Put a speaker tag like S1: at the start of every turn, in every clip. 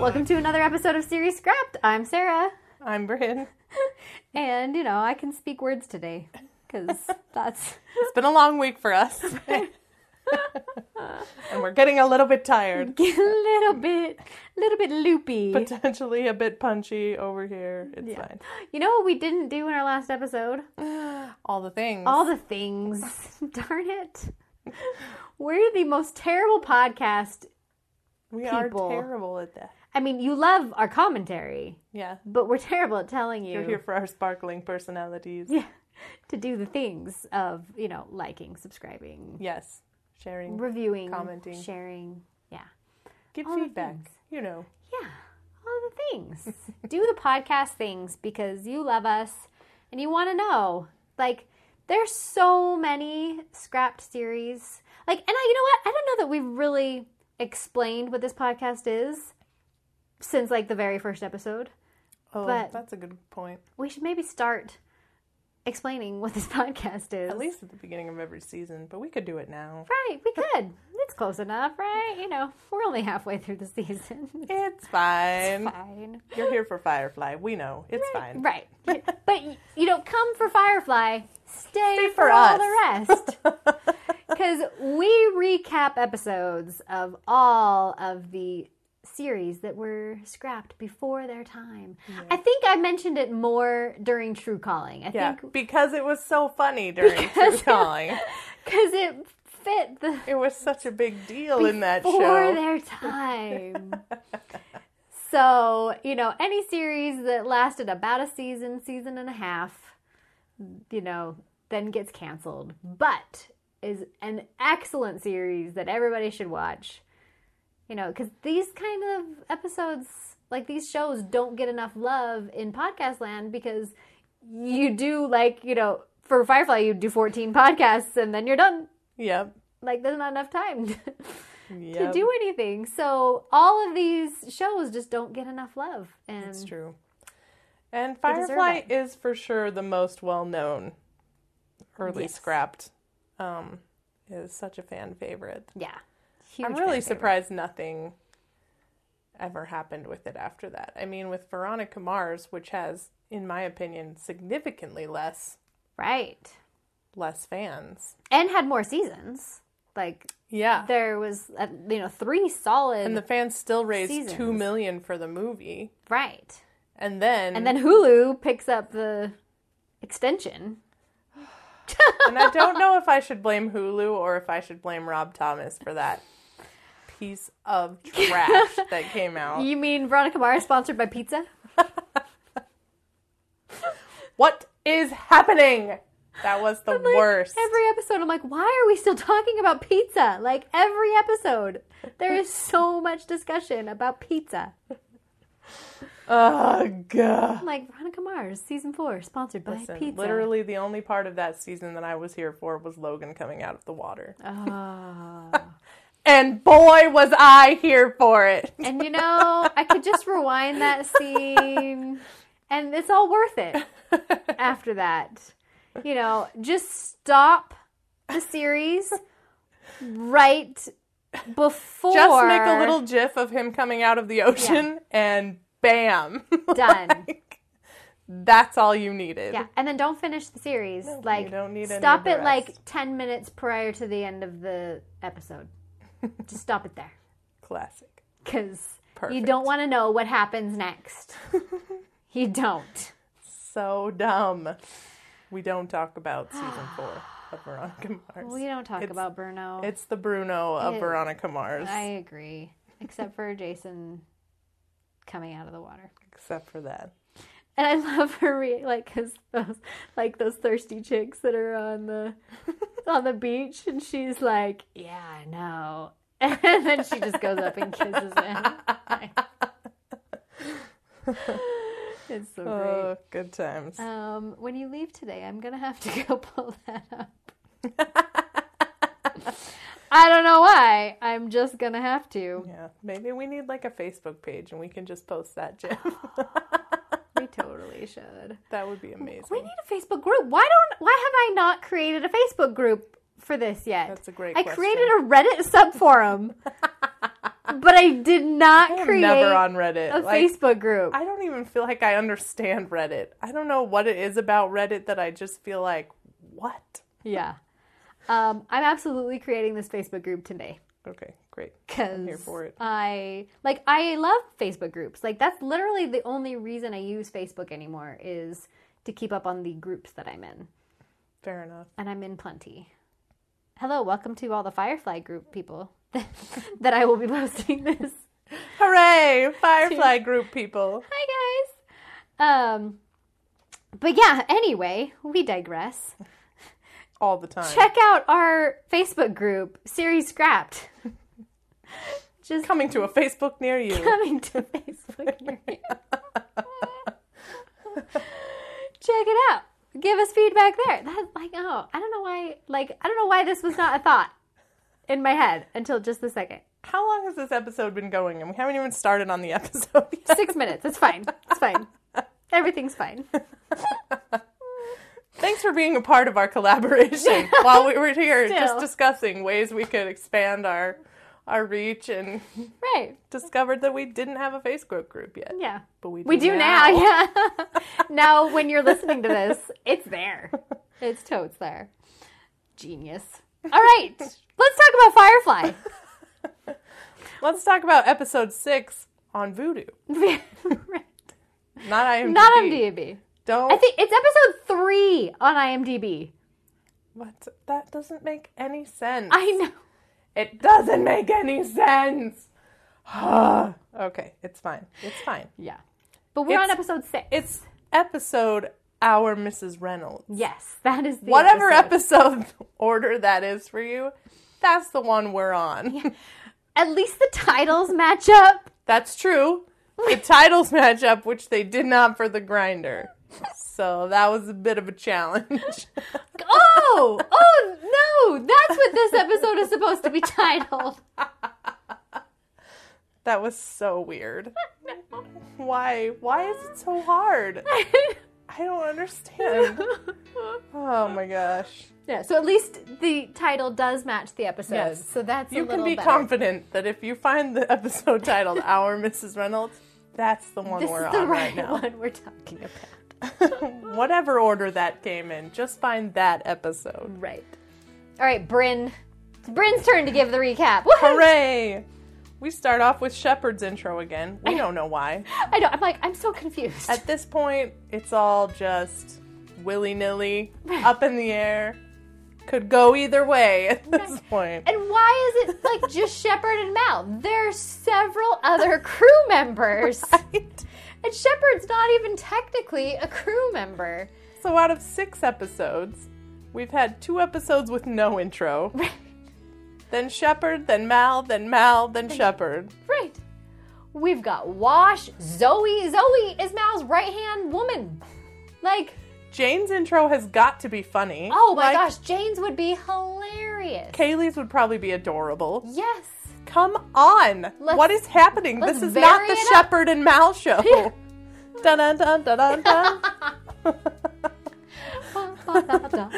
S1: Welcome to another episode of Series Scrapped. I'm Sarah,
S2: I'm Bryn.
S1: and you know I can speak words today because that's
S2: It's been a long week for us. and we're getting a little bit tired,
S1: a little bit, little bit loopy.
S2: potentially a bit punchy over here. It's fine.
S1: you know what we didn't do in our last episode?
S2: All the things.
S1: All the things. Darn it! We're the most terrible podcast.
S2: we
S1: people.
S2: are terrible at that.
S1: I mean, you love our commentary,
S2: Yeah.
S1: but we're terrible at telling
S2: We're here
S1: you
S2: for our sparkling personalities.
S1: to do the things of you know liking, subscribing,
S2: Yes. Sharing.
S1: reviewing,
S2: Commenting.
S1: sharing. Yeah.
S2: Give
S1: the
S2: feedback.
S1: things.
S2: You know.
S1: Yeah, all the things. Do the podcast things because you love us and you want to know. Like, there's so many scrapped series. Like, and I, you know what? I don't know that we've really explained what this podcast is since like the very first episode.
S2: Oh,
S1: But-
S2: that's a good point.
S1: We should maybe start explaining what this podcast is.
S2: At least at the beginning of every season, but we could do it now.
S1: Right, we could. It's close enough, right? You know, we're only halfway through the season.
S2: It's fine.
S1: Fine.
S2: You're here for Firefly. We know. It's fine.
S1: Right. but you don't come for Firefly, stay,
S2: Stay
S1: for,
S2: for
S1: all
S2: us.
S1: the rest. Because we recap episodes of all of the series that were scrapped before their time. I think I mentioned it more during True Calling. I
S2: Yeah,
S1: think
S2: because it was so funny during True Calling.
S1: because it fit the
S2: It was such a big deal in that
S1: for
S2: show.
S1: their time. so, you know, any series that lasted about a season, season and a half, you know, then gets canceled, but is an excellent series that everybody should watch. You know, because these kind of episodes, like these shows, don't get enough love in podcast land because you do, like, you know, for Firefly, you do 14 podcasts and then you're done.
S2: Yep.
S1: Like, there's not enough time. to
S2: Yep.
S1: do anything. So all of these shows just don't get enough love. And
S2: It's true. And
S1: deserve
S2: Firefly
S1: it.
S2: is for sure the most well known early
S1: Yes.
S2: scrapped. Um, it was such a fan favorite.
S1: yeah, Huge
S2: I'm really
S1: fan favorite.
S2: surprised nothing ever happened with it after that. I mean, with Veronica Mars, which has, in my opinion, significantly less
S1: right?
S2: less fans.
S1: And had more seasons. Like
S2: Yeah.
S1: there was, uh, you know, three solid
S2: And the fans still raised two
S1: Seasons.
S2: million for the movie.
S1: right.
S2: And then
S1: And then Hulu picks up the extension.
S2: and I don't know if I should blame Hulu or if I should blame Rob Thomas for that piece of trash that came out.
S1: You mean Veronica Mars sponsored by pizza?
S2: What is happening? That was the
S1: Like,
S2: worst.
S1: Every episode, I'm like, why are we still talking about pizza? Like every episode, there is so much discussion about pizza.
S2: Ugh.
S1: I'm like Veronica Mars, season four, sponsored by
S2: Listen,
S1: pizza.
S2: literally the only part of that season that I was here for was Logan coming out of the water.
S1: Uh. Oh.
S2: And boy was I here for it.
S1: and you know, I could just rewind that scene and it's all worth it after that. You know, just stop the series right before
S2: Just make a little gif of him coming out of the ocean and bam.
S1: Done.
S2: Like, that's all you needed.
S1: Yeah, and then don't finish the series. like
S2: don't need any
S1: stop
S2: of the
S1: it like
S2: rest.
S1: 10 minutes prior to the end of the episode. just stop it there
S2: Classic.
S1: cuz you
S2: Perfect.
S1: don't want to know what happens next. you don't.
S2: So dumb. We don't talk about season four of Veronica Mars.
S1: We don't talk about Bruno.
S2: It's the Bruno of
S1: It-
S2: Veronica Mars,
S1: I agree, except for Jason coming out of the water.
S2: except for that.
S1: And I love her re- like cause those like those thirsty chicks that are on the on the beach, and she's like, "Yeah, I know," and then she just goes up and kisses him. it's so
S2: Oh, good times.
S1: great. Um, when you leave today, I'm gonna have to go pull that up. I don't know why. I'm just gonna have to.
S2: yeah, maybe we need like a Facebook page and we can just post that gif.
S1: We totally should.
S2: that would be amazing.
S1: We need a Facebook group. Why don't why have I not created a Facebook group for this yet?
S2: That's a great
S1: I
S2: question.
S1: created a Reddit subforum. but I did not
S2: I'm
S1: create
S2: never on
S1: a
S2: Reddit. Like,
S1: Facebook group.
S2: I don't even feel like I understand Reddit. I don't know what it is about Reddit that I just feel like, what?
S1: yeah. Um, I'm absolutely creating this Facebook group today.
S2: Okay, great.
S1: because
S2: here for it.
S1: I like I love Facebook groups. Like that's literally the only reason I use Facebook anymore is to keep up on the groups that I'm in,
S2: Fair enough.
S1: and I'm in plenty. Hello, welcome to all the Firefly group people that I will be posting this.
S2: Hooray! Firefly group people.
S1: Hi guys. Um, but yeah. Anyway, we digress.
S2: All the time.
S1: Check out our Facebook group, Series Scrapped. Just
S2: Coming to a Facebook near you.
S1: coming to Facebook. near you. Check it out. Give us feedback there. That's like, oh, I don't know why. Like, I don't know why this was not a thought in my head until just the second.
S2: How long has this episode been going? And we haven't even started on the episode yet.
S1: Six minutes. It's fine. It's fine. Everything's fine.
S2: Thanks for being a part of our collaboration while we were here just
S1: Still.
S2: discussing ways we could expand our our reach and
S1: Right.
S2: discovered that we didn't have a Facebook group yet.
S1: Yeah.
S2: But we do,
S1: We do now. Yeah. now, when you're listening to this, it's there. It's totes there. Genius. All right. Let's talk about Firefly.
S2: Let's talk about episode six on Voodoo.
S1: Right.
S2: Not IMDb.
S1: Not IMDb.
S2: Don't.
S1: I think it's episode three on IMDb.
S2: what? That doesn't make any sense.
S1: I know.
S2: It doesn't make any sense. okay, it's fine. It's fine.
S1: Yeah. But we're on
S2: It's-
S1: episode six.
S2: It's episode Our Mrs. Reynolds.
S1: yes, that is the
S2: Whatever
S1: episode.
S2: episode. order that is for you, that's the one we're on.
S1: At least the titles match up.
S2: That's true. The titles match up, which they did not for the grinder. So that was a bit of a challenge.
S1: Oh, oh no! That's what this episode is supposed to be titled.
S2: that was so weird. Why? Why is it so hard? I don't understand. Oh my gosh.
S1: yeah. So at least the title does match the episode.
S2: Yes.
S1: So that's a
S2: You can
S1: little
S2: be
S1: better.
S2: confident that if you find the episode titled Our Mrs. Reynolds, that's the one
S1: This
S2: we're
S1: is the
S2: on
S1: right,
S2: right, now.
S1: one we're talking about.
S2: Whatever order that came in, just find that episode.
S1: Right. All right, Bryn. It's Bryn's turn to give the recap. Woohoo!
S2: Hooray! We start off with Shepard's intro again. We don't know why.
S1: I know. I'm like, I'm so confused.
S2: At this point, it's all just willy nilly, up in the air. Could go either way at this point.
S1: And why is it like just Shepard and Mal? There's several other crew members. And Shepard's not even technically a crew member.
S2: So, out of six episodes, we've had two episodes with no intro. then Shepard, then Mal, then Mal, then Shepard.
S1: Right. We've got Wash, Zoe. Zoe is Mal's right hand woman. Like,
S2: Jane's intro has got to be funny.
S1: oh my
S2: Like,
S1: gosh, Jane's would be hilarious.
S2: Kaylee's would probably be adorable.
S1: Yes.
S2: Come on!
S1: Let's-
S2: what is happening? This
S1: let's
S2: is not
S1: vary
S2: the
S1: it up.
S2: Shepard and Mal show. dun dun dun dun dun dun.
S1: Ba, ba, da, da.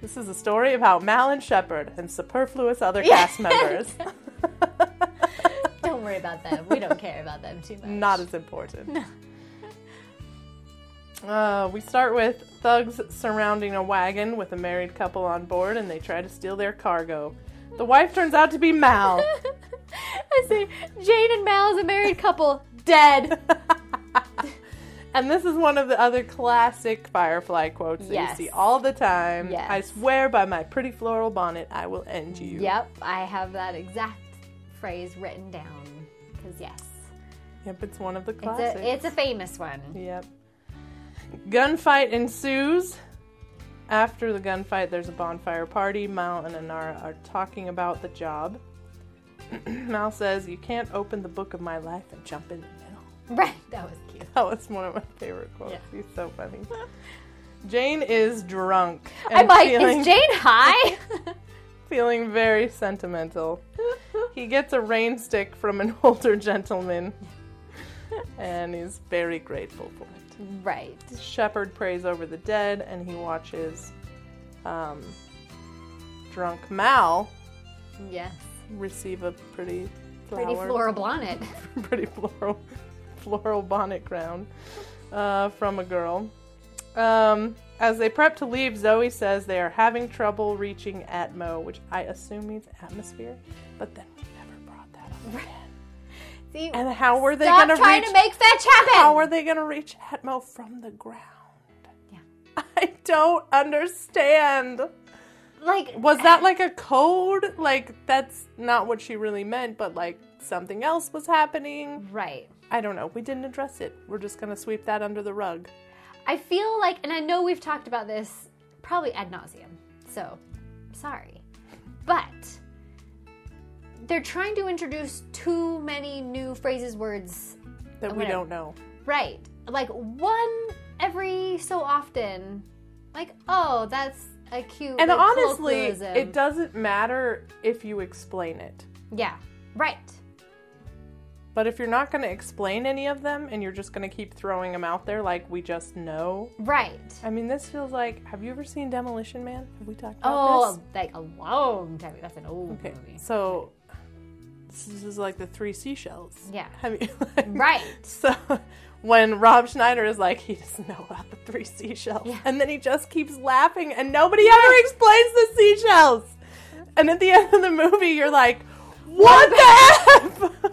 S2: This is a story about Mal and Shepard and superfluous other cast members.
S1: don't worry about them. We don't care about them too much.
S2: Not as important. Uh, we start with thugs surrounding a wagon with a married couple on board and they try to steal their cargo. The wife turns out to be Mal.
S1: I say, Jane and Mal is a married couple. Dead.
S2: and this is one of the other classic Firefly quotes that
S1: Yes.
S2: you see all the time.
S1: Yes.
S2: I swear by my pretty floral bonnet, I will end you.
S1: Yep, I have that exact phrase written down. Because, yes,
S2: Yep, it's one of the
S1: it's
S2: classics.
S1: a, it's a famous one.
S2: Yep. Gunfight ensues. After the gunfight, there's a bonfire party. Mal and Anara are talking about the job. Mal says, You can't open the book of my life and jump in the middle.
S1: Right, that was cute.
S2: That was one of my favorite quotes.
S1: Yeah.
S2: He's so funny. Jane is drunk.
S1: I'm
S2: And
S1: like,
S2: feeling,
S1: is Jane high?
S2: feeling very sentimental. He gets a rain stick from an older gentleman and he's very grateful for it.
S1: right.
S2: Shepherd prays over the dead and he watches um, drunk Mal
S1: Yes.
S2: receive a pretty flower.
S1: Pretty Flora Blonnet.
S2: pretty floral floral bonnet crown uh, from a girl. Um, as they prep to leave, Zoe says they are having trouble reaching Atmo, which I assume means atmosphere, but then we never brought that up.
S1: See,
S2: And how were they
S1: stop
S2: going
S1: trying
S2: reach?
S1: to make fetch happen.
S2: how are they going to reach Atmo from the ground?
S1: Yeah.
S2: I don't understand.
S1: like,
S2: Was that like a code? Like that's not what she really meant, but like something else was happening.
S1: right?
S2: I don't know. We didn't address it. We're just going to sweep that under the rug.
S1: I feel like, and I know we've talked about this probably ad nauseum, so sorry. But they're trying to introduce too many new phrases, words,
S2: That we
S1: Whatever.
S2: don't know.
S1: right? Like one every so often. Like, oh, that's a cute.
S2: And
S1: like,
S2: honestly,
S1: colloquialism.
S2: it doesn't matter if you explain it.
S1: Yeah, right.
S2: But if you're not going to explain any of them and you're just going to keep throwing them out there like we just know.
S1: Right.
S2: I mean, this feels like have you ever seen Demolition Man? Have we talked about
S1: Oh,
S2: this?
S1: like a long time. That's an old
S2: Okay.
S1: movie.
S2: So this is like the three seashells.
S1: Yeah.
S2: Have you like,
S1: Right.
S2: So when Rob Schneider is like, he doesn't know about the three seashells,
S1: Yeah.
S2: and then he just keeps laughing, and nobody ever explains the seashells. And at the end of the movie, you're like, what the f?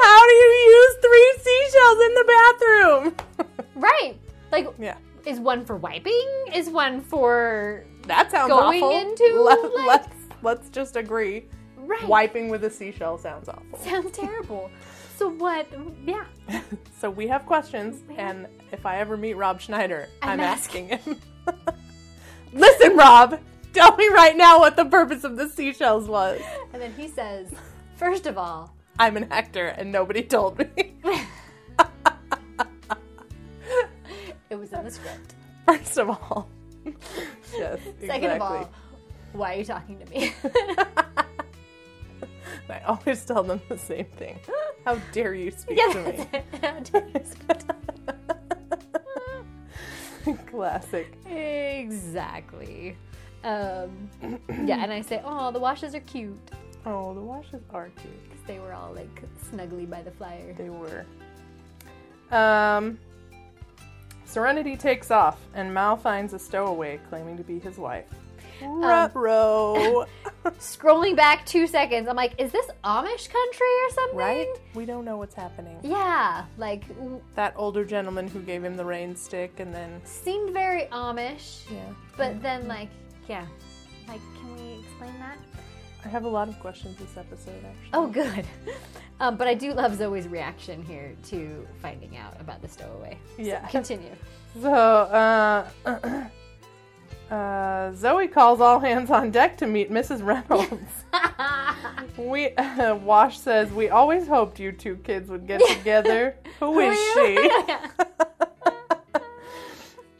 S2: How do you use three seashells in the bathroom?
S1: Right. Like,
S2: yeah,
S1: is one for wiping? Is one for
S2: that sounds
S1: Going
S2: awful.
S1: into,
S2: Let,
S1: like-
S2: let's let's just agree.
S1: right?
S2: Wiping with a seashell sounds awful.
S1: Sounds terrible. So what? Yeah.
S2: So we have questions, and if I ever meet Rob Schneider, I'm,
S1: I'm
S2: asking him. Listen, Rob, tell me right now what the purpose of the seashells was.
S1: And then he says, first of all,
S2: I'm an actor, and nobody told me.
S1: it was in the script.
S2: First of all, yes,
S1: Second
S2: exactly.
S1: of all, why are you talking to me?
S2: I always tell them the same thing. How dare you speak
S1: yeah,
S2: to me?
S1: that's it.
S2: Classic.
S1: exactly. Um, yeah, and I say, oh, the washes are cute
S2: Oh, the washes are cute.
S1: because they were all like snuggly by the flyer.
S2: They were. Um, Serenity takes off, and Mal finds a stowaway claiming to be his wife. Ruh-roh.
S1: Scrolling back two seconds, I'm like, is this Amish country or something?
S2: right? We don't know what's happening.
S1: Yeah, like w-
S2: That older gentleman who gave him the rain stick, and then
S1: seemed very Amish,
S2: yeah,
S1: but then like, yeah, like can we explain that?
S2: I have a lot of questions this episode. Actually,
S1: Oh, good. Um, but I do love Zoe's reaction here to finding out about the stowaway. So
S2: Yeah.
S1: continue.
S2: So, uh, uh, Zoe calls all hands on deck to meet Mrs. Reynolds. we uh, Wash says we always hoped you two kids would get together. Who is she?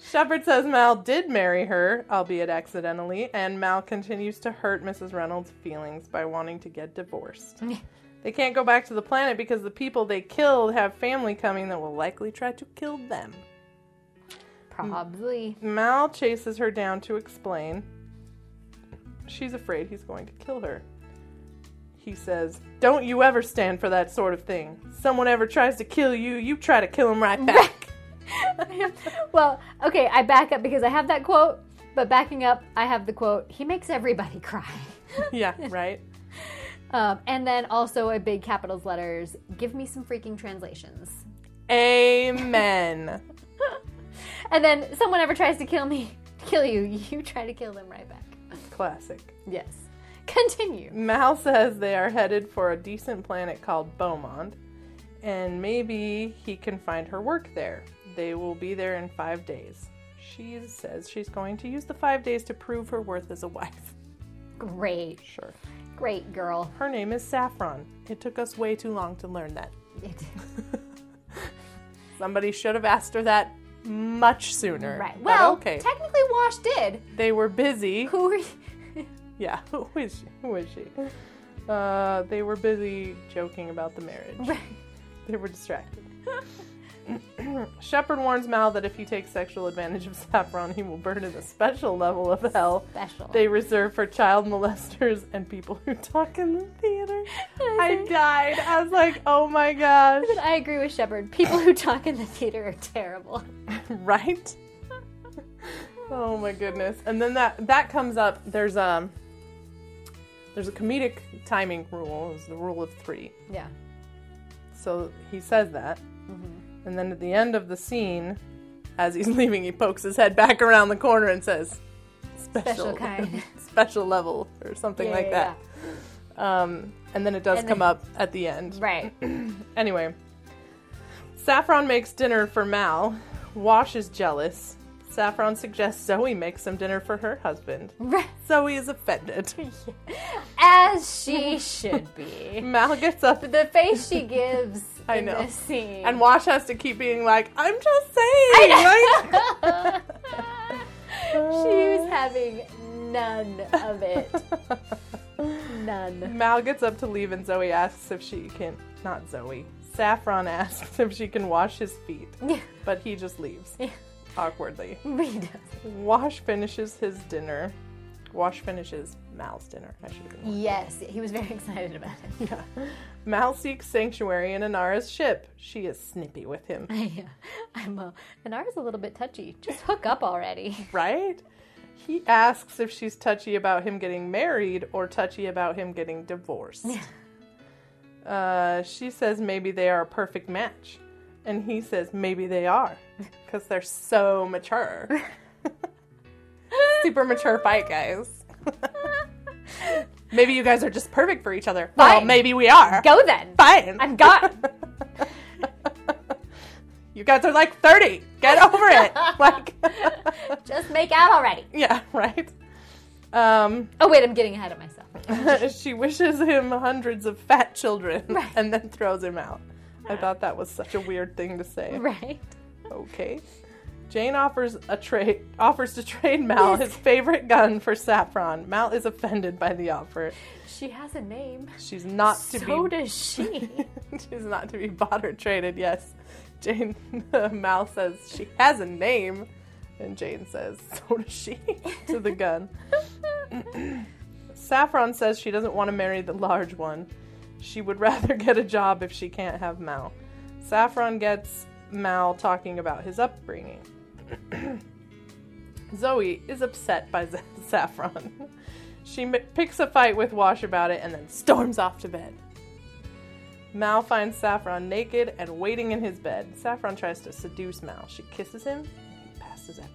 S2: Shepard says Mal did marry her, albeit accidentally, and Mal continues to hurt Mrs. Reynolds' feelings by wanting to get divorced. they can't go back to the planet because the people they killed have family coming that will likely try to kill them.
S1: Probably.
S2: Mal chases her down to explain. She's afraid he's going to kill her. He says, Don't you ever stand for that sort of thing. Someone ever tries to kill you, you try to kill him right back.
S1: well, okay, I back up because I have that quote, but backing up, I have the quote, he makes everybody cry.
S2: yeah, right?
S1: Um, and then also a big capitals letters, give me some freaking translations.
S2: Amen.
S1: And then someone ever tries to kill me, kill you, you try to kill them right back.
S2: Classic.
S1: Yes. Continue.
S2: Mal says they are headed for a decent planet called Beaumont, and maybe he can find her work there. They will be there in five days. She says she's going to use the five days to prove her worth as a wife.
S1: Great,
S2: Sure.
S1: great girl.
S2: Her name is Saffron. It took us way too long to learn that. Somebody should have asked her that much sooner.
S1: right.
S2: but
S1: Well,
S2: okay.
S1: technically, Wash did.
S2: they were busy.
S1: Who are you?
S2: Yeah, who is she? Who is she? Uh, they were busy joking about the marriage.
S1: Right.
S2: They were distracted. Shepard warns Mal that if he takes sexual advantage of Saffron, he will burn in a special level of hell
S1: Special.
S2: they reserve for child molesters and people who talk in the theater. I died. I was like, oh my gosh.
S1: But I agree with Shepard. People who talk in the theater are terrible.
S2: right? oh my goodness. And then that that comes up. There's um there's a comedic timing rule. It's the rule of three.
S1: Yeah.
S2: So he says that,
S1: Mm-hmm.
S2: and then at the end of the scene, as he's leaving, he pokes his head back around the corner and says, "Special,
S1: Special kind.
S2: special level, or something
S1: Yeah,
S2: like
S1: yeah,
S2: that." Um, and then it does
S1: And
S2: come
S1: then-
S2: up at the end.
S1: yeah. Right.
S2: Anyway, Saffron makes dinner for Mal. Wash is jealous. Saffron suggests Zoe make some dinner for her husband.
S1: Right.
S2: Zoe is offended.
S1: As she should be.
S2: Mal gets up
S1: The face she gives
S2: I
S1: in
S2: know.
S1: this scene.
S2: and Wash has to keep being like, I'm just saying,
S1: I
S2: like-
S1: she was having none of it. None.
S2: Mal gets up to leave and Zoe asks if she can not Zoe. Saffron asks if she can wash his feet, but he just leaves.
S1: Yeah.
S2: Awkwardly.
S1: He does.
S2: Wash finishes his dinner. Wash finishes Mal's dinner, I should have been
S1: Yes, he was very excited about it.
S2: Yeah. Mal seeks sanctuary in Anara's ship. She is snippy with him,
S1: I, uh, I'm a, and ours a little bit touchy. Just hook up already.
S2: right? He asks if she's touchy about him getting married or touchy about him getting divorced. Uh, she says maybe they are a perfect match. And he says maybe they are because they're so mature. Super mature fight, guys. maybe you guys are just perfect for each other. Well,
S1: Fine.
S2: maybe we are.
S1: Go then.
S2: Fine.
S1: I'm gone.
S2: You guys are like 30. Get over it. Like,
S1: Just make out already.
S2: yeah, right? Um,
S1: Oh wait, I'm getting ahead of myself.
S2: she wishes him hundreds of fat children
S1: Right.
S2: and then throws him out. I thought that was such a weird thing to say.
S1: Right.
S2: Okay. Jane offers a trade offers to trade Mal his favorite gun for saffron. Mal is offended by the offer.
S1: She has a name.
S2: She's not to
S1: So
S2: be
S1: does she.
S2: She's not to be bought or traded, yes. Jane, uh, Mal says she has a name. And Jane says, so does she, to the gun. Saffron says she doesn't want to marry the large one. She would rather get a job if she can't have Mal. Saffron gets Mal talking about his upbringing. Zoe is upset by Saffron. She m- picks a fight with Wash about it and then storms off to bed. Mal finds Saffron naked and waiting in his bed. Saffron tries to seduce Mal. She kisses him and he passes out.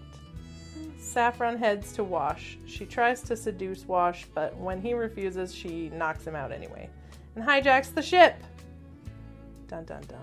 S2: Saffron heads to Wash. She tries to seduce Wash, but when he refuses, she knocks him out anyway and hijacks the ship. Dun dun dun.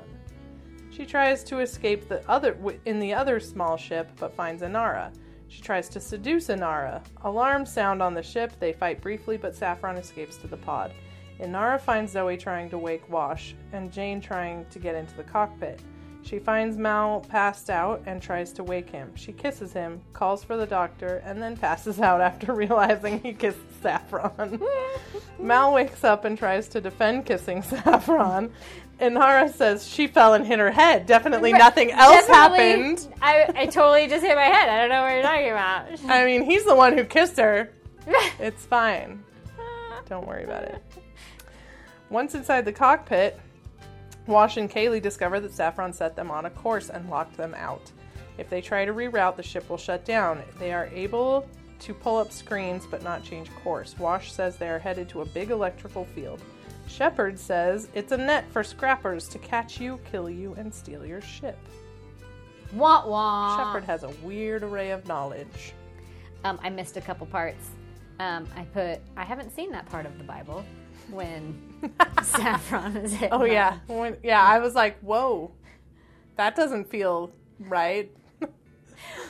S2: She tries to escape the other wi- in the other small ship, but finds Inara. She tries to seduce Inara. Alarms sound on the ship. They fight briefly, but Saffron escapes to the pod. Inara finds Zoe trying to wake Wash and Jane trying to get into the cockpit. She finds Mal passed out and tries to wake him. She kisses him, calls for the doctor, and then passes out after realizing he kissed Saffron. Mal wakes up and tries to defend kissing Saffron. Inara says she fell and hit her head. Definitely nothing else
S1: Definitely-
S2: happened.
S1: I, I totally just hit my head. I don't know what you're talking about.
S2: I mean, he's the one who kissed her. It's fine. Don't worry about it. Once inside the cockpit, Wash and Kaylee discover that Saffron set them on a course and locked them out. If they try to reroute, the ship will shut down. They are able to pull up screens but not change course. Wash says they are headed to a big electrical field. Shepard says it's a net for scrappers to catch you, kill you, and steal your ship.
S1: Wah wah.
S2: Shepard has a weird array of knowledge.
S1: Um, I missed a couple parts. Um, I put. I haven't seen that part of the Bible when saffron is hit.
S2: Oh yeah, When- yeah. I was like, whoa, that doesn't feel right.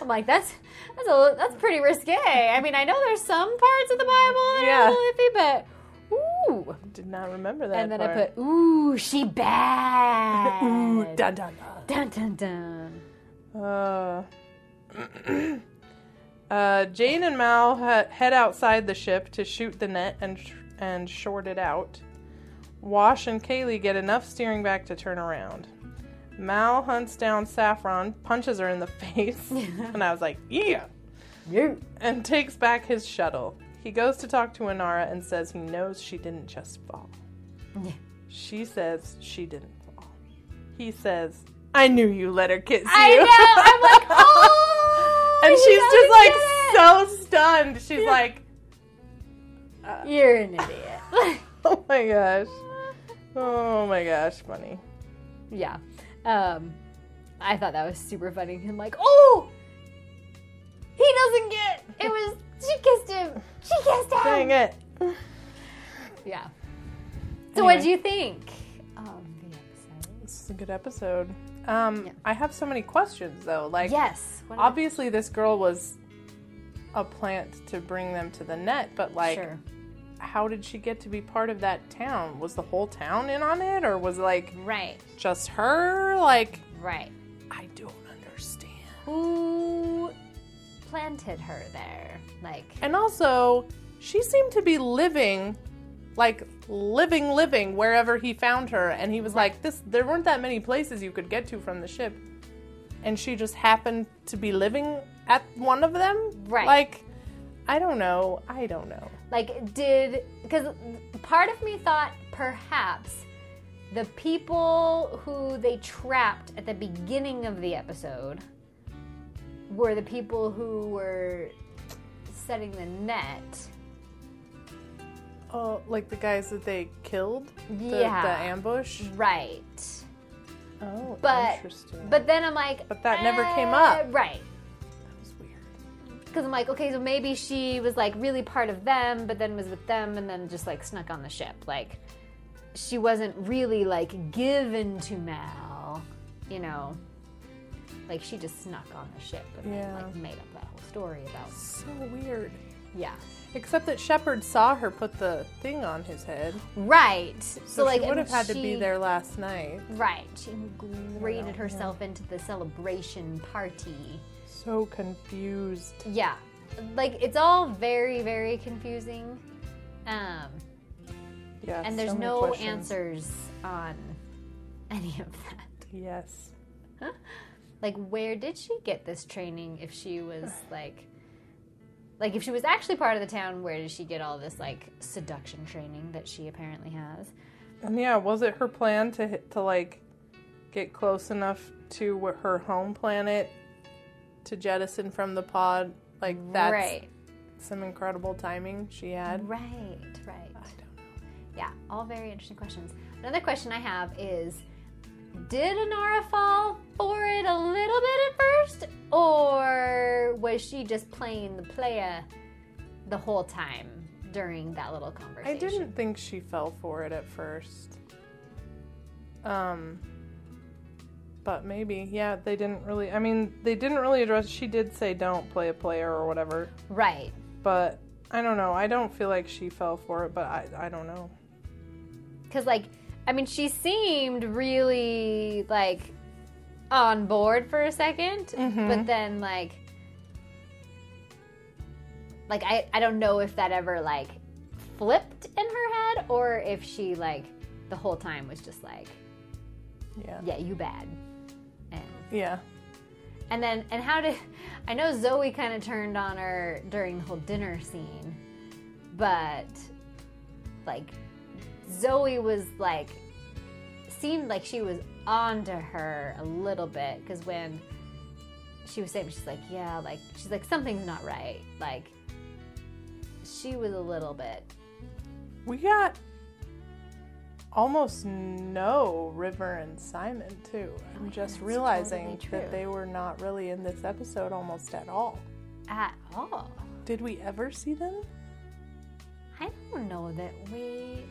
S1: I'm like that's that's a li- that's pretty risque. I mean, I know there's some parts of the Bible that are a
S2: Yeah.
S1: little iffy, but ooh.
S2: Did not remember that.
S1: And then I
S2: part.
S1: put ooh, she bad.
S2: Ooh, dun dun dun.
S1: Dun dun dun.
S2: Uh, uh, Jane and Mal ha- head outside the ship to shoot the net and sh- and short it out. Wash and Kaylee get enough steering back to turn around. Mal hunts down Saffron, punches her in the face, and I was like, yeah,
S1: Yeah.
S2: and takes back his shuttle. He goes to talk to Inara and says he knows she didn't just fall.
S1: Yeah.
S2: She says she didn't fall. He says, I knew you let her kiss you.
S1: I know. I'm like, oh.
S2: and
S1: he
S2: she's
S1: doesn't
S2: just
S1: get it.
S2: like so stunned. She's like,
S1: oh, You're an idiot.
S2: oh my gosh. Oh my gosh, funny.
S1: yeah. Um, I thought that was super funny. Him like, oh, he doesn't get it. Was she kissed him? She kissed him.
S2: Dang it.
S1: Yeah. So what do you think Um, of the episode?
S2: This is a good episode. Um,
S1: Yeah.
S2: I have so many questions though. Like,
S1: Yes. What about-
S2: obviously, this girl was a plant to bring them to the net, but like,
S1: sure.
S2: how did she get to be part of that town? Was the whole town in on it, or was like
S1: Right.
S2: just her? Like,
S1: Right.
S2: I don't understand.
S1: Who planted her there? Like,
S2: And also, she seemed to be living, like living, living wherever he found her. And he was like, "This, there weren't that many places you could get to from the ship," and she just happened to be living at one of them.
S1: Right.
S2: Like, I don't know. I don't know.
S1: like did because part of me thought perhaps the people who they trapped at the beginning of the episode were the people who were setting the net.
S2: Oh, like the guys that they killed. The, The
S1: Yeah.
S2: ambush.
S1: Right.
S2: Oh,
S1: But
S2: interesting.
S1: but then I'm like
S2: But that never came up.
S1: eh, Right.
S2: that was weird.
S1: Because I'm like, okay, so maybe she was like really part of them, but then was with them and then just like snuck on the ship. Like, she wasn't really like given to Mal, you know? Like, she just snuck on the ship and then
S2: Yeah.
S1: like made up that whole story about.
S2: So weird.
S1: Yeah.
S2: Except that Shepard saw her put the thing on his head,
S1: Right. So,
S2: so,
S1: like,
S2: she would have
S1: and
S2: had to be
S1: she-
S2: there last night.
S1: Right. She ingrated herself into the celebration party.
S2: So confused.
S1: yeah like it's all very very confusing um
S2: Yeah.
S1: and there's
S2: so many
S1: no
S2: questions.
S1: answers on any of that
S2: Yes.
S1: like where did she get this training if she was like like if she was actually part of the town where did she get all this like seduction training that she apparently has
S2: And yeah, was it her plan to hit, to like get close enough to wh- her home planet to jettison from the pod? Like that's
S1: right
S2: some incredible timing she had.
S1: right right
S2: I don't know.
S1: yeah all very interesting questions another question i have is did Inara fall for it a little bit at first, or was she just playing the player the whole time during that little
S2: I
S1: conversation?
S2: didn't think she fell for it at first. Um but maybe. Yeah, they didn't really I mean, they didn't really address she did say don't play a player or whatever.
S1: Right.
S2: but I don't know. I don't feel like she fell for it, but I, I don't know.
S1: Because, like, I mean, she seemed really, like, on board for a 2nd but then, like, like I, I don't know if that ever, like, flipped in her head or if she, like, the whole time was just like,
S2: Yeah.
S1: yeah, you bad. And,
S2: Yeah.
S1: and then, and how did, I know Zoe kind of turned on her during the whole dinner scene, but like Zoe was like, seemed like she was onto her a little bit because when she was saying, she's like, yeah, like, she's like, something's not right. Like, she was a little bit,
S2: We got almost no River and Simon, too. I'm just
S1: that's
S2: realizing
S1: totally true.
S2: that they were not really in this episode almost at all.
S1: at all.
S2: Did we ever see them?
S1: I don't know that we.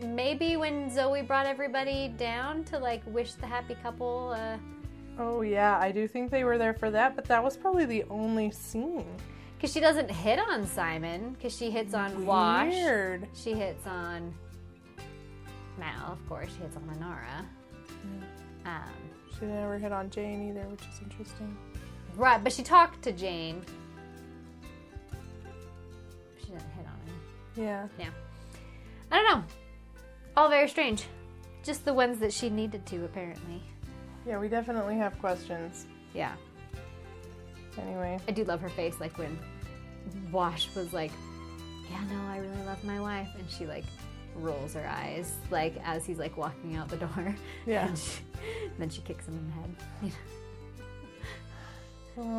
S1: Maybe when Zoe brought everybody down to like wish the happy couple. Uh,
S2: Oh, yeah. I do think they were there for that, but that was probably the only scene.
S1: Because she doesn't hit on Simon, because she hits on Wash.
S2: Weird.
S1: She hits on Mal, of course. She hits on Lenara. Um,
S2: She never hit on Jane either, which is interesting.
S1: right, but she talked to Jane. She doesn't hit on him.
S2: Yeah.
S1: Yeah. I don't know. All very strange. Just the ones that she needed to, apparently.
S2: Yeah, we definitely have questions.
S1: Yeah.
S2: Anyway,
S1: I do love her face, like when Wash was like, Yeah, no, I really love my wife. And she like rolls her eyes, like as he's like walking out the door.
S2: yeah.
S1: And she, then she kicks him in the head. You know?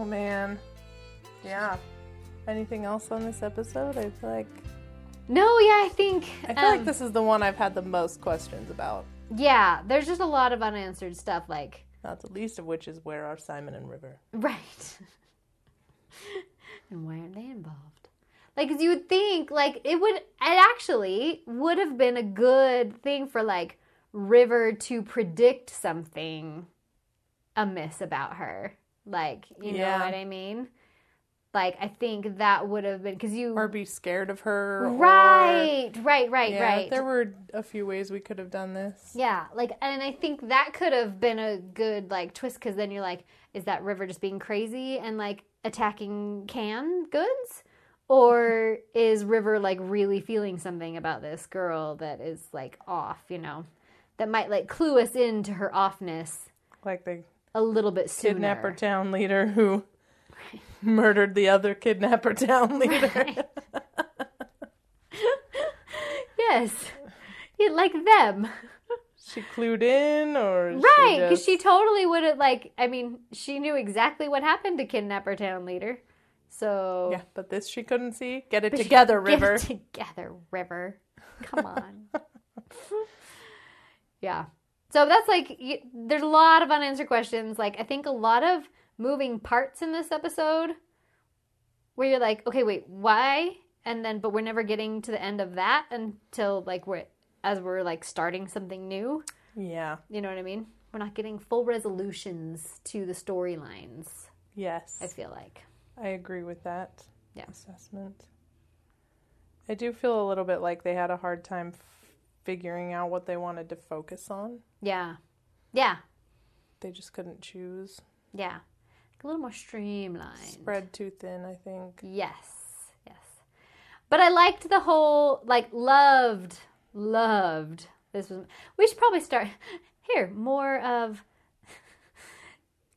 S2: Oh man. Yeah. Anything else on this episode? I feel like
S1: No, yeah, I think.
S2: I feel
S1: um,
S2: like this is the one I've had the most questions about.
S1: Yeah, there's just a lot of unanswered stuff, like,
S2: Not the least of which is where are Simon and River?
S1: right. and why aren't they involved? Like, 'cause you would think, like, it would, it actually would have been a good thing for, like, River to predict something amiss about her. Like, you
S2: Yeah.
S1: know what I mean? Like, I think that would have been, because you.
S2: Or be scared of her? or-
S1: right, right, right,
S2: Yeah,
S1: right.
S2: There were a few ways we could have done this.
S1: Yeah, like, and I think that could have been a good like twist because then you're like, is that River just being crazy and like attacking canned goods, or is River like really feeling something about this girl that is like off, you know, that might like clue us into her offness
S2: Like the
S1: a little bit sooner.
S2: kidnapper town leader who murdered the other kidnapper town leader.
S1: Yes, yeah, like them.
S2: She clued in or
S1: Right,
S2: she
S1: because
S2: just-
S1: she totally would have like. I mean, she knew exactly what happened to Kidnapper Town Leader, so
S2: Yeah, but this she couldn't see. Get it together, River.
S1: Get it together, River. Come on. yeah. So that's like, y there's a lot of unanswered questions. Like, I think a lot of moving parts in this episode where you're like, okay, wait, why? And then, but we're never getting to the end of that until like we're, as we're like starting something new.
S2: Yeah.
S1: You know what I mean? We're not getting full resolutions to the storylines,
S2: Yes.
S1: I feel like.
S2: I agree with that
S1: Yeah.
S2: assessment. I do feel a little bit like they had a hard time f- figuring out what they wanted to focus on.
S1: Yeah. Yeah.
S2: They just couldn't choose.
S1: Yeah. A little more streamlined.
S2: Spread too thin, I think.
S1: Yes. Yes. But I liked the whole like loved loved this was we should probably start here more of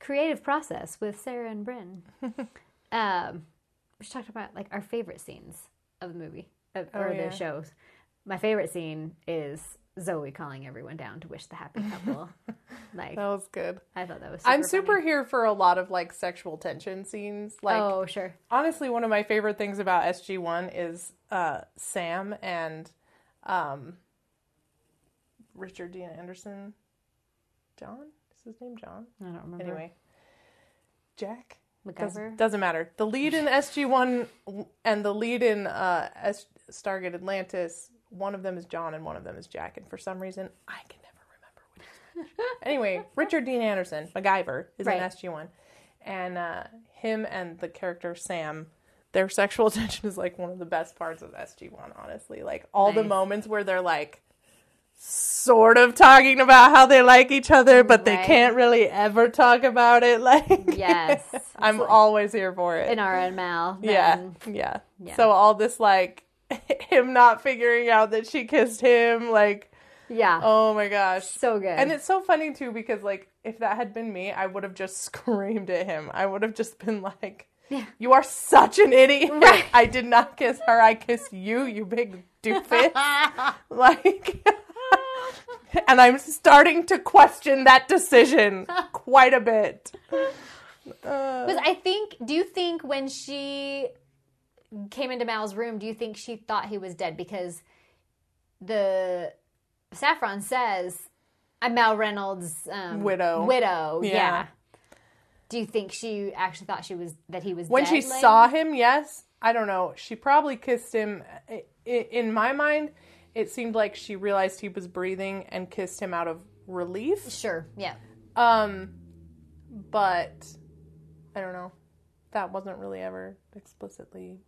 S1: creative process with Sarah and Bryn. um we should talk about like our favorite scenes of the movie of, or
S2: Oh, yeah.
S1: the shows. My favorite scene is Zoe calling everyone down to wish the happy couple. like
S2: That was good.
S1: I thought that was
S2: Oh. I'm
S1: super
S2: super here for a lot of like sexual tension scenes. Like
S1: funny. Oh, sure.
S2: honestly, one of my favorite things about SG1 is uh, Sam and um, Richard Dean Anderson. John? Is his name John?
S1: I don't remember.
S2: Anyway, Jack?
S1: MacGyver?
S2: Doesn't, doesn't matter. The lead in SG1 and the lead in uh, S- Stargate Atlantis, one of them is John and one of them is Jack. And for some reason, I can never remember which is which. anyway, Richard Dean Anderson, MacGyver, is
S1: Right.
S2: in SG1. And uh, him and the character Sam, their sexual tension is like one of the best parts of SG1, honestly. Like all the
S1: Nice.
S2: moments where they're like, sort of talking about how they like each other but they
S1: Right.
S2: can't really ever talk about it like
S1: Yes.
S2: I'm always here for it.
S1: Inara and Mal.
S2: yeah,
S1: then-
S2: yeah,
S1: yeah.
S2: So all this like him not figuring out that she kissed him, like
S1: Yeah.
S2: oh my gosh.
S1: so good.
S2: And it's so funny too because like if that had been me, I would have just screamed at him. I would have just been like,
S1: Yeah.
S2: "You are such an idiot!
S1: Right.
S2: I did not kiss her. I kissed you, you big doofus!" like, and I'm starting to question that decision quite a bit. Uh,
S1: Because I think, do you think when she came into Mal's room, do you think she thought he was dead? Because the Saffron says, I'm Mal Reynolds' um,
S2: Widow.
S1: Widow, yeah.
S2: Yeah.
S1: Do you think she actually thought she was that he was
S2: when
S1: dead
S2: she
S1: later?
S2: saw him yes i don't know she probably kissed him I- I- in my mind it seemed like she realized he was breathing and kissed him out of relief
S1: Sure, yeah,
S2: um but i don't know that wasn't really ever explicitly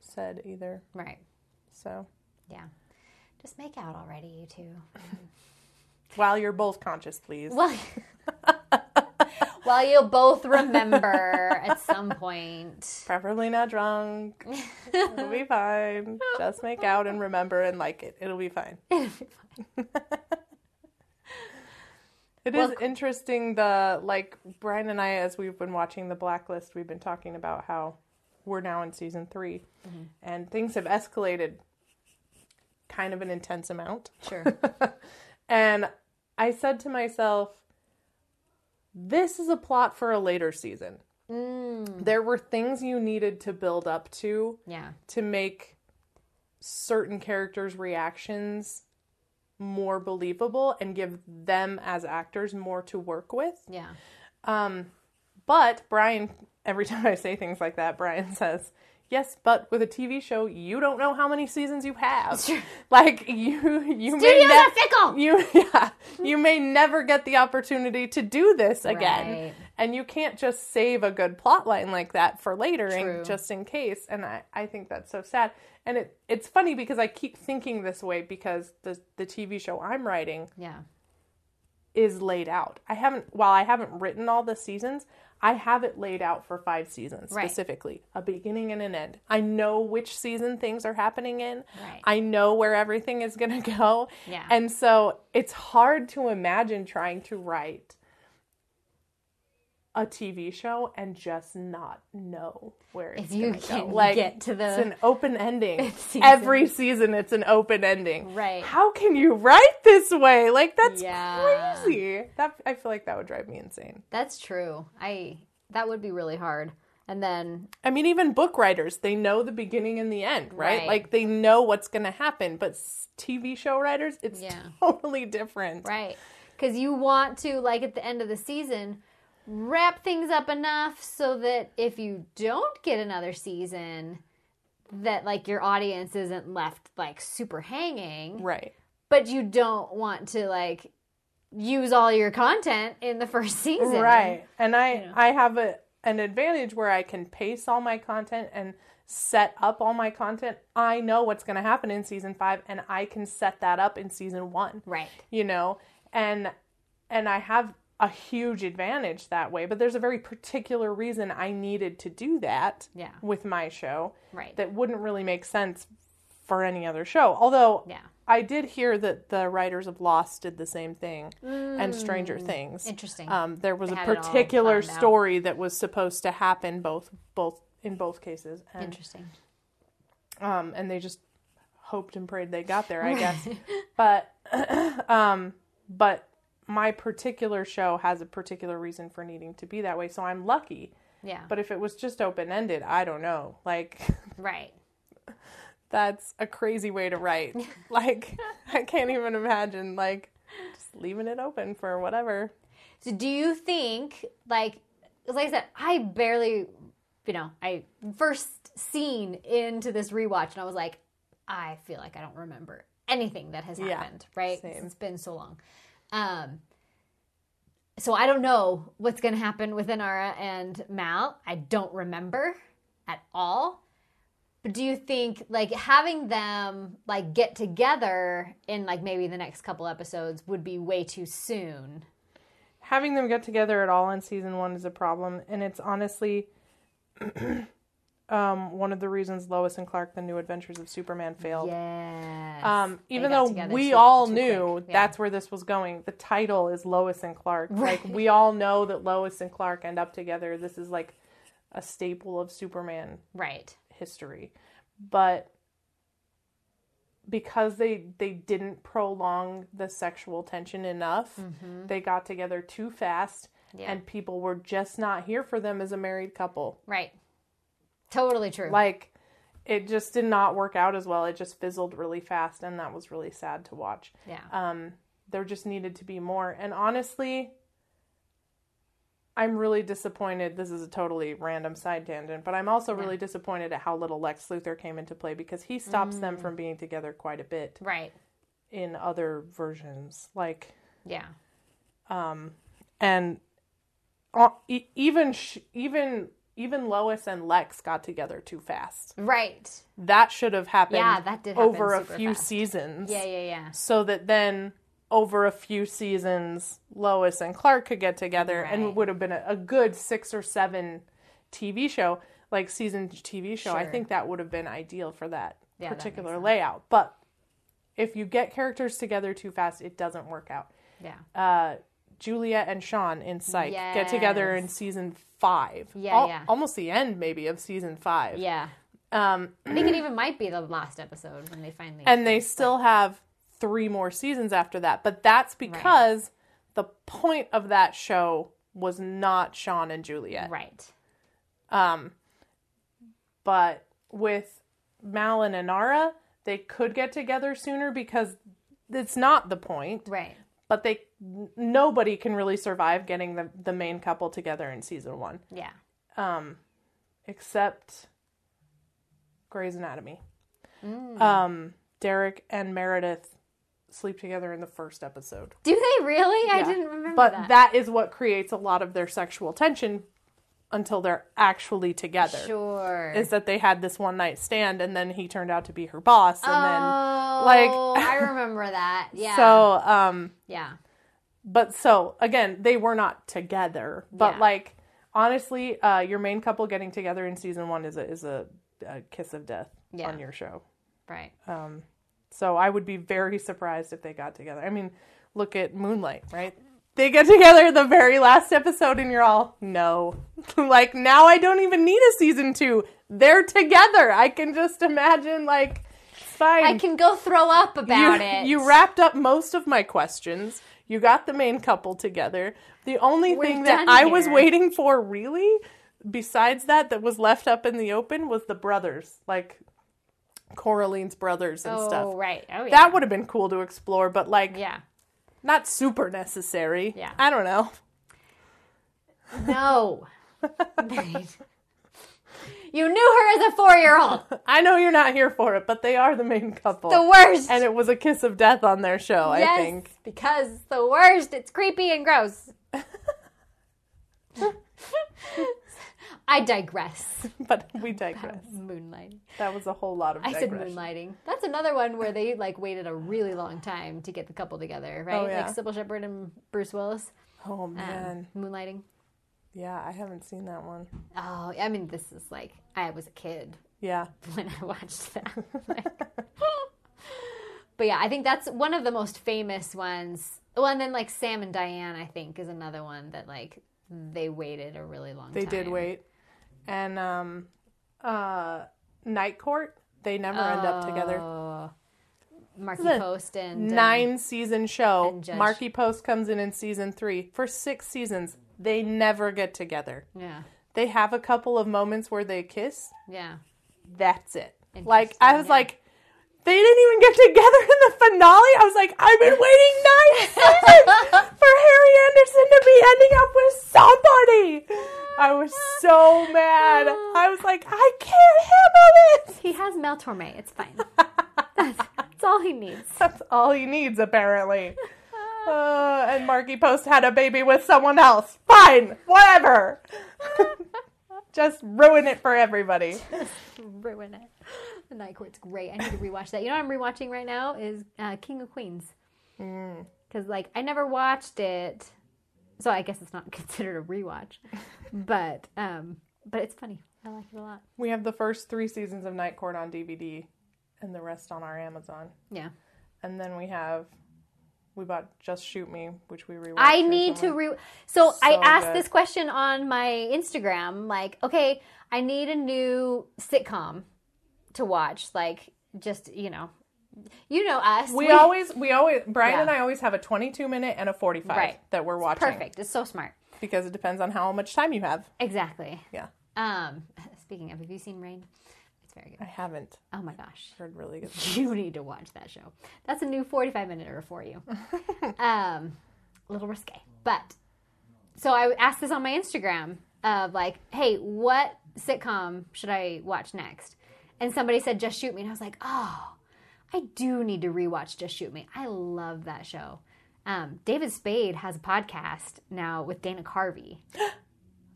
S2: said either
S1: right,
S2: so
S1: yeah. Just make out already, you two.
S2: while you're both conscious please
S1: Well, well, you'll both remember at some point.
S2: preferably not drunk it'll be fine just make out and remember and like it it'll be fine It is
S1: Well,
S2: interesting the like Brian and I as we've been watching the blacklist, we've been talking about how we're now in season 3 and things have escalated kind of an intense amount.
S1: Sure.
S2: And I said to myself, this is a plot for a later season.
S1: mm,
S2: There were things you needed to build up to
S1: yeah.
S2: to make certain characters' reactions more believable and give them as actors more to work with.
S1: Yeah.
S2: But Brian, every time I say things like that, Brian says, Yes, but with a TV show, you don't know how many seasons you have. Like you, you may
S1: Studios
S2: ne-
S1: are fickle.
S2: you yeah, you may never get the opportunity to do this again
S1: Right.
S2: and you can't just save a good plot line like that for later
S1: True.
S2: and just in case and I, I think that's so sad and it, it's funny because i keep thinking this way because the, the tv show i'm writing
S1: Yeah.
S2: is laid out i haven't while i haven't written all the seasons i have it laid out for five seasons
S1: Right.
S2: specifically a beginning and an end i know which season things are happening in
S1: Right.
S2: i know where everything is going to go
S1: Yeah.
S2: and so it's hard to imagine trying to write a TV show and just not know where it's
S1: If you
S2: going to go.
S1: can
S2: Like
S1: get to the
S2: it's an open ending.
S1: fifth season.
S2: Every season it's an open ending.
S1: Right.
S2: How can you write this way? Like that's
S1: Yeah.
S2: crazy. That I feel like that would drive me insane.
S1: That's true. I that would be really hard. And then
S2: I mean even book writers, they know the beginning and the end, right?
S1: Right.
S2: Like they know what's going to happen, but s- TV show writers it's
S1: Yeah.
S2: totally different.
S1: right because you want to like at the end of the season wrap things up enough so that if you don't get another season that like your audience isn't left like super hanging
S2: Right.
S1: but you don't want to like use all your content in the first season
S2: right and i i have a, an advantage where i can pace all my content and set up all my content i know what's going to happen in season five and i can set that up in season one
S1: right
S2: you know and and i have a huge advantage that way but there's a very particular reason i needed to do that
S1: Yeah.
S2: with my show
S1: right
S2: that wouldn't really make sense for any other show although
S1: yeah
S2: i did hear that the writers of lost did the same thing and stranger things
S1: Mm. interesting
S2: um, there was a
S1: They had it all
S2: particular
S1: planned out.
S2: story that was supposed to happen both both in both cases, and
S1: interesting
S2: um, and they just hoped and prayed they got there, I guess. But um, but my particular show has a particular reason for needing to be that way, so I'm lucky.
S1: yeah
S2: But if it was just open ended, I don't know. Like
S1: right
S2: that's a crazy way to write. Like I can't even imagine. Like just leaving it open for whatever.
S1: So do you think like 'cause like I said, I barely you know, I first seen into this rewatch and I was like, I feel like I don't remember anything that has
S2: Yeah,
S1: happened, right? 'Cause
S2: same.
S1: It's been so long. Um so I don't know what's gonna happen with Inara and Mal. I don't remember at all. But do you think like having them like get together in like maybe the next couple episodes would be way too soon?
S2: having them get together at all in season one is a problem, and it's honestly um, one of the reasons Lois and Clark: The New Adventures of Superman failed.
S1: Yes.
S2: Um,
S1: They
S2: even
S1: got
S2: though
S1: together
S2: we
S1: too-
S2: all
S1: too
S2: knew
S1: quick. Yeah.
S2: that's where this was going, the title is Lois and Clark.
S1: Right.
S2: Like we all know that Lois and Clark end up together. This is like a staple of Superman
S1: right.
S2: history but because they they didn't prolong the sexual tension enough they got together too fast
S1: Mm-hmm. Yeah.
S2: and people were just not here for them as a married couple
S1: Right. Totally true.
S2: like it just did not work out as well it just fizzled really fast and that was really sad to watch
S1: yeah.
S2: um there just needed to be more and honestly i'm really disappointed this is a totally random side tangent but i'm also really disappointed at how little lex luthor came into play because he stops them
S1: Mm.
S2: from being together quite a bit
S1: right.
S2: in other versions like
S1: Yeah.
S2: and uh, e- even sh- even even lois and lex got together too fast
S1: Right.
S2: that should have happened
S1: Yeah, that did happen
S2: over a
S1: super
S2: few
S1: fast.
S2: seasons
S1: Yeah, yeah, yeah.
S2: so that then over a few seasons lois and clark could get together and it
S1: Right.
S2: would have been a, a good six or seven tv show like season tv show i
S1: Sure.
S2: think that would have been ideal for that
S1: Yeah, that makes
S2: particular
S1: sense.
S2: layout but if you get characters together too fast it doesn't work out
S1: Yeah.
S2: uh, Juliet and Sean in Psych get together in
S1: Yes.
S2: season five.
S1: Yeah, yeah.
S2: Almost the end, maybe, of season five.
S1: Yeah.
S2: Um,
S1: I think it even might be the last episode when they finally.
S2: and they still have three more seasons after that. But that's because the point of that show was not Sean and Juliet.
S1: right.
S2: Um, but with Mal and Inara, they could get together sooner because it's not the point.
S1: Right.
S2: But they n- nobody can really survive getting the the main couple together in season one,
S1: Yeah.
S2: um, except Grey's Anatomy.
S1: Mm.
S2: Um, Derek and Meredith sleep together in the first episode.
S1: Do they really? I
S2: Yeah.
S1: didn't remember
S2: But
S1: that.
S2: that is what creates a lot of their sexual tension until they're actually together
S1: Sure.
S2: is that they had this one night stand and then he turned out to be her boss and
S1: oh,
S2: like-
S1: I remember that.
S2: then
S1: Yeah.
S2: so um
S1: yeah.
S2: but so again they were not together but
S1: Yeah.
S2: like honestly uh your main couple getting together in season 1 is a is a, a kiss of death
S1: Yeah.
S2: on your show
S1: Right.
S2: so i would be very surprised if they got together i mean look at moonlight right they get together the very last episode and you're all no like now i don't even need a season 2 they're together i can just imagine like it's fine
S1: I can go throw up about
S2: you,
S1: it.
S2: you wrapped up most of my questions. You got the main couple together. The only
S1: We're
S2: thing that
S1: done
S2: I was
S1: here.
S2: waiting for, really, besides that, that was left up in the open was the brothers, like Coraline's brothers and
S1: Oh,
S2: stuff.
S1: right. Oh, yeah.
S2: That would have been cool to explore, but like
S1: Yeah.
S2: not super necessary.
S1: Yeah.
S2: I don't know.
S1: No. you knew her as a four year old.
S2: I know you're not here for it, but they are the main couple.
S1: The worst.
S2: and it was a kiss of death on their show, I think.
S1: Because it's the worst. It's creepy and gross. I digress.
S2: But we digress.
S1: Moonlighting.
S2: That was a whole lot of
S1: I said
S2: digression.
S1: moonlighting. That's another one where they like waited a really long time to get the couple together, right?
S2: Oh, yeah.
S1: Like Sybil Shepherd and Bruce Willis.
S2: Oh
S1: Um,
S2: man.
S1: Moonlighting.
S2: Yeah, I haven't seen that one.
S1: Oh, I mean, this is like I was a kid
S2: Yeah.
S1: when I watched that. Like- but yeah, I think that's one of the most famous ones. Well, and then like Sam and Diane, I think, is another one that like they waited a really long
S2: They
S1: time.
S2: did wait. And um uh Night Court, they never end up together.
S1: Oh. Marky
S2: The
S1: Post and um,
S2: Nine season show.
S1: and Judge.
S2: Marky Post comes in in season 3 for 6 seasons. They never get together.
S1: yeah,
S2: They have a couple of moments where they kiss.
S1: yeah.
S2: That's it. Like I
S1: Interesting,
S2: was
S1: yeah.
S2: like they didn't even get together in the finale. I was like, I've been waiting nine seasons for Harry Anderson to be ending up with somebody. I was so mad. I was like, I can't handle this.
S1: He has Mel Torme. It's fine. That's all he needs.
S2: That's all he needs, apparently. Uh, and Marky Post had a baby with someone else. Fine, whatever. Just ruin it for everybody.
S1: Ruin it. The Night Court's great. I need to rewatch that. You know what I'm rewatching right now is uh, King of Queens.
S2: Mm.
S1: Because, like, I never watched it. So I guess it's not considered a rewatch. But, um, but it's funny. I like it a lot.
S2: We have the first three seasons of Night Court on DVD and the rest on our Amazon.
S1: Yeah.
S2: And then we have we bought Just Shoot Me, which we rewatched.
S1: I need to
S2: recently.
S1: re. So, I
S2: So
S1: asked
S2: good.
S1: this question on my Instagram. Like, okay, I need a new sitcom to watch. Like, just you know, you know us.
S2: We always we always Brian
S1: Yeah.
S2: and I always have a 22 minute and a 45
S1: Right.
S2: that we're watching
S1: perfect. It's so smart.
S2: because it depends on how much time you have.
S1: Exactly.
S2: Yeah,
S1: Um, speaking of, have you seen Rain? It's very good.
S2: I haven't
S1: Oh my gosh,
S2: heard really good.
S1: you need to watch that show. That's a new forty-five minute for you. um, a little risque, but so I asked this on my Instagram of like, hey, what sitcom should I watch next? And somebody said, Just Shoot Me, and I was like, oh, I do need to rewatch Just Shoot Me. I love that show. Um, David Spade has a podcast now with Dana Carvey.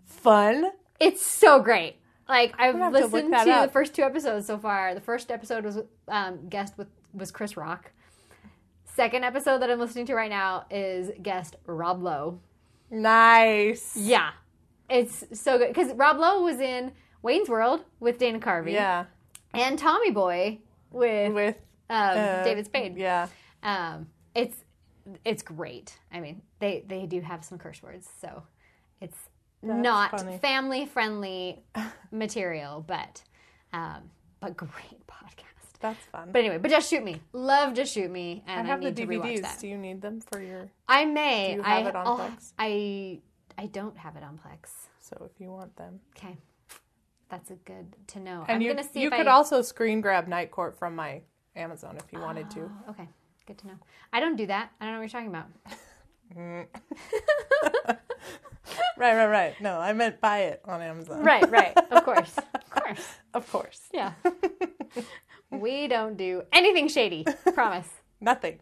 S2: Fun.
S1: It's so great. Like
S2: have
S1: I've
S2: to look
S1: listened to,
S2: that up.
S1: the first two episodes so far. The first episode was um, guest with was Chris Rock. Second episode that I'm listening to right now is guest Rob Lowe.
S2: Nice.
S1: Yeah, it's so good because Rob Lowe was in Wayne's World with Dana Carvey
S2: Yeah.
S1: and Tommy Boy with
S2: With
S1: um,
S2: uh,
S1: David Spade.
S2: Yeah.
S1: Um, it's it's great. I mean, they they do have some curse words, so it's
S2: That's
S1: not
S2: funny.
S1: family friendly material, but um, but great podcast.
S2: That's fun.
S1: But anyway, but just shoot me. Love just shoot me,
S2: I
S1: and I,
S2: have
S1: need
S2: the
S1: to rewatch
S2: DVDs.
S1: that.
S2: Do you need them for your?
S1: I may.
S2: Do you
S1: I
S2: have it on
S1: I'll-
S2: Plex?
S1: I I don't have it on Plex.
S2: So if you want them,
S1: Okay, that's a good to know.
S2: and
S1: I'm
S2: you,
S1: gonna see
S2: you
S1: if
S2: could
S1: I.
S2: also screen grab Night Court from my Amazon if you wanted to.
S1: Oh, okay, good to know. I don't do that. I don't know what you're talking about.
S2: Right, right, right. No, I meant buy it on Amazon.
S1: Right, right. Of course, of course.
S2: Of course,
S1: Yeah. we don't do anything shady. Promise.
S2: nothing.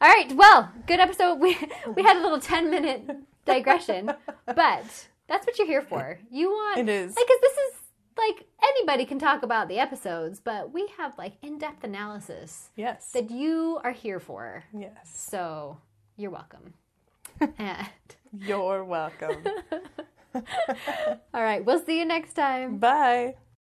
S1: All right. Well, good episode. We we had a little ten minute digression, but that's what you're here for. You want
S2: It is.
S1: because this is like anybody can talk about the episodes, but we have like in depth analysis
S2: Yes.
S1: that you are here for.
S2: Yes.
S1: So you're welcome. And-
S2: You're welcome.
S1: all right. We'll see you next time.
S2: Bye.